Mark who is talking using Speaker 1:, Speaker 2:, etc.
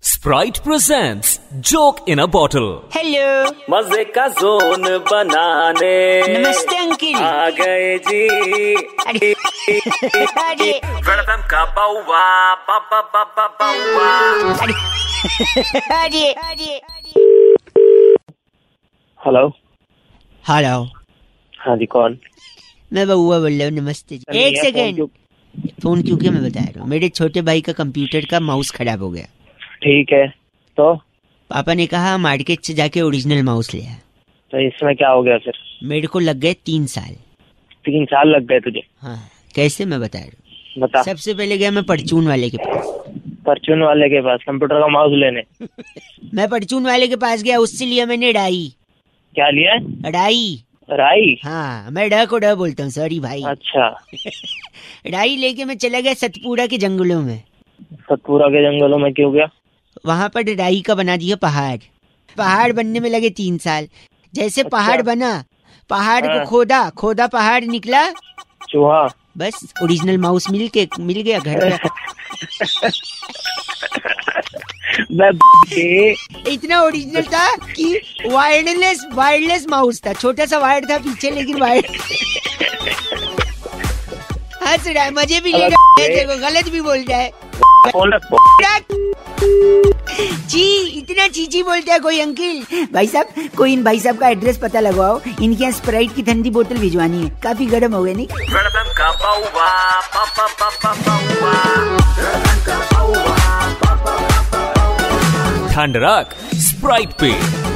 Speaker 1: Sprite presents Joke in a Bottle.
Speaker 2: Hello
Speaker 3: मजे का zone बनाने
Speaker 2: नमस्ते अंकिल
Speaker 3: आ गए जी
Speaker 2: अरे अरे
Speaker 3: वेलकम का बउआ बाबा बाबा बउआ
Speaker 2: अरे अरे
Speaker 3: हेलो
Speaker 2: हाँ आओ
Speaker 3: हाँ जी कौन
Speaker 2: मैं बउआ बोल रहा हूँ नमस्ते जी एक
Speaker 3: ये फोन
Speaker 2: सेकेंड
Speaker 3: क्यों-
Speaker 2: फोन क्यों के मैं बता रहा हूँ मेरे छोटे भाई का कंप्यूटर का माउस खराब हो गया
Speaker 3: ठीक है तो
Speaker 2: पापा ने कहा मार्केट से जाके ओरिजिनल माउस ले आ
Speaker 3: तो इसमें क्या हो गया फिर
Speaker 2: मेरे को लग गए तीन साल
Speaker 3: तीन साल लग गए तुझे
Speaker 2: हाँ कैसे मैं बता रहा हूँ
Speaker 3: बता
Speaker 2: सबसे पहले गया मैं परचून वाले के पास
Speaker 3: परचून वाले के पास कंप्यूटर का माउस लेने
Speaker 2: मैं परचून वाले के पास गया उससे लिया मैंने अढ़ाई
Speaker 3: क्या लिया है?
Speaker 2: अढ़ाई
Speaker 3: राई
Speaker 2: हाँ मैं ड को ड बोलता हूँ सॉरी भाई
Speaker 3: अच्छा
Speaker 2: अढ़ाई लेके मैं चला गया सतपुड़ा के जंगलों में
Speaker 3: सतपुरा तो के जंगलों में क्यों गया
Speaker 2: वहां पर राई का बना दिया पहाड़ पहाड़ बनने में लगे तीन साल जैसे पहाड़ बना पहाड़ को
Speaker 3: हाँ।
Speaker 2: खोदा खोदा पहाड़ निकला
Speaker 3: चूहा
Speaker 2: बस ओरिजिनल माउस मिल के मिल गया घर का
Speaker 3: मैं के
Speaker 2: इतना ओरिजिनल था कि वायरलेस वायरलेस माउस था छोटा सा वायर था पीछे लेकिन वायर हंस रहा है मजे भी ले रहा है देखो गलत भी बोल रहा है
Speaker 3: फोन रख
Speaker 2: जी इतना चीची बोलता है कोई अंकिल भाई साहब कोई इन भाई साहब का एड्रेस पता लगवाओ इनके यहाँ स्प्राइट की ठंडी बोतल भिजवानी है काफी गर्म हो गए नहीं
Speaker 3: वेलकम का बउआ बाबा बाबा बउआ
Speaker 1: ठंड रख Sprite पे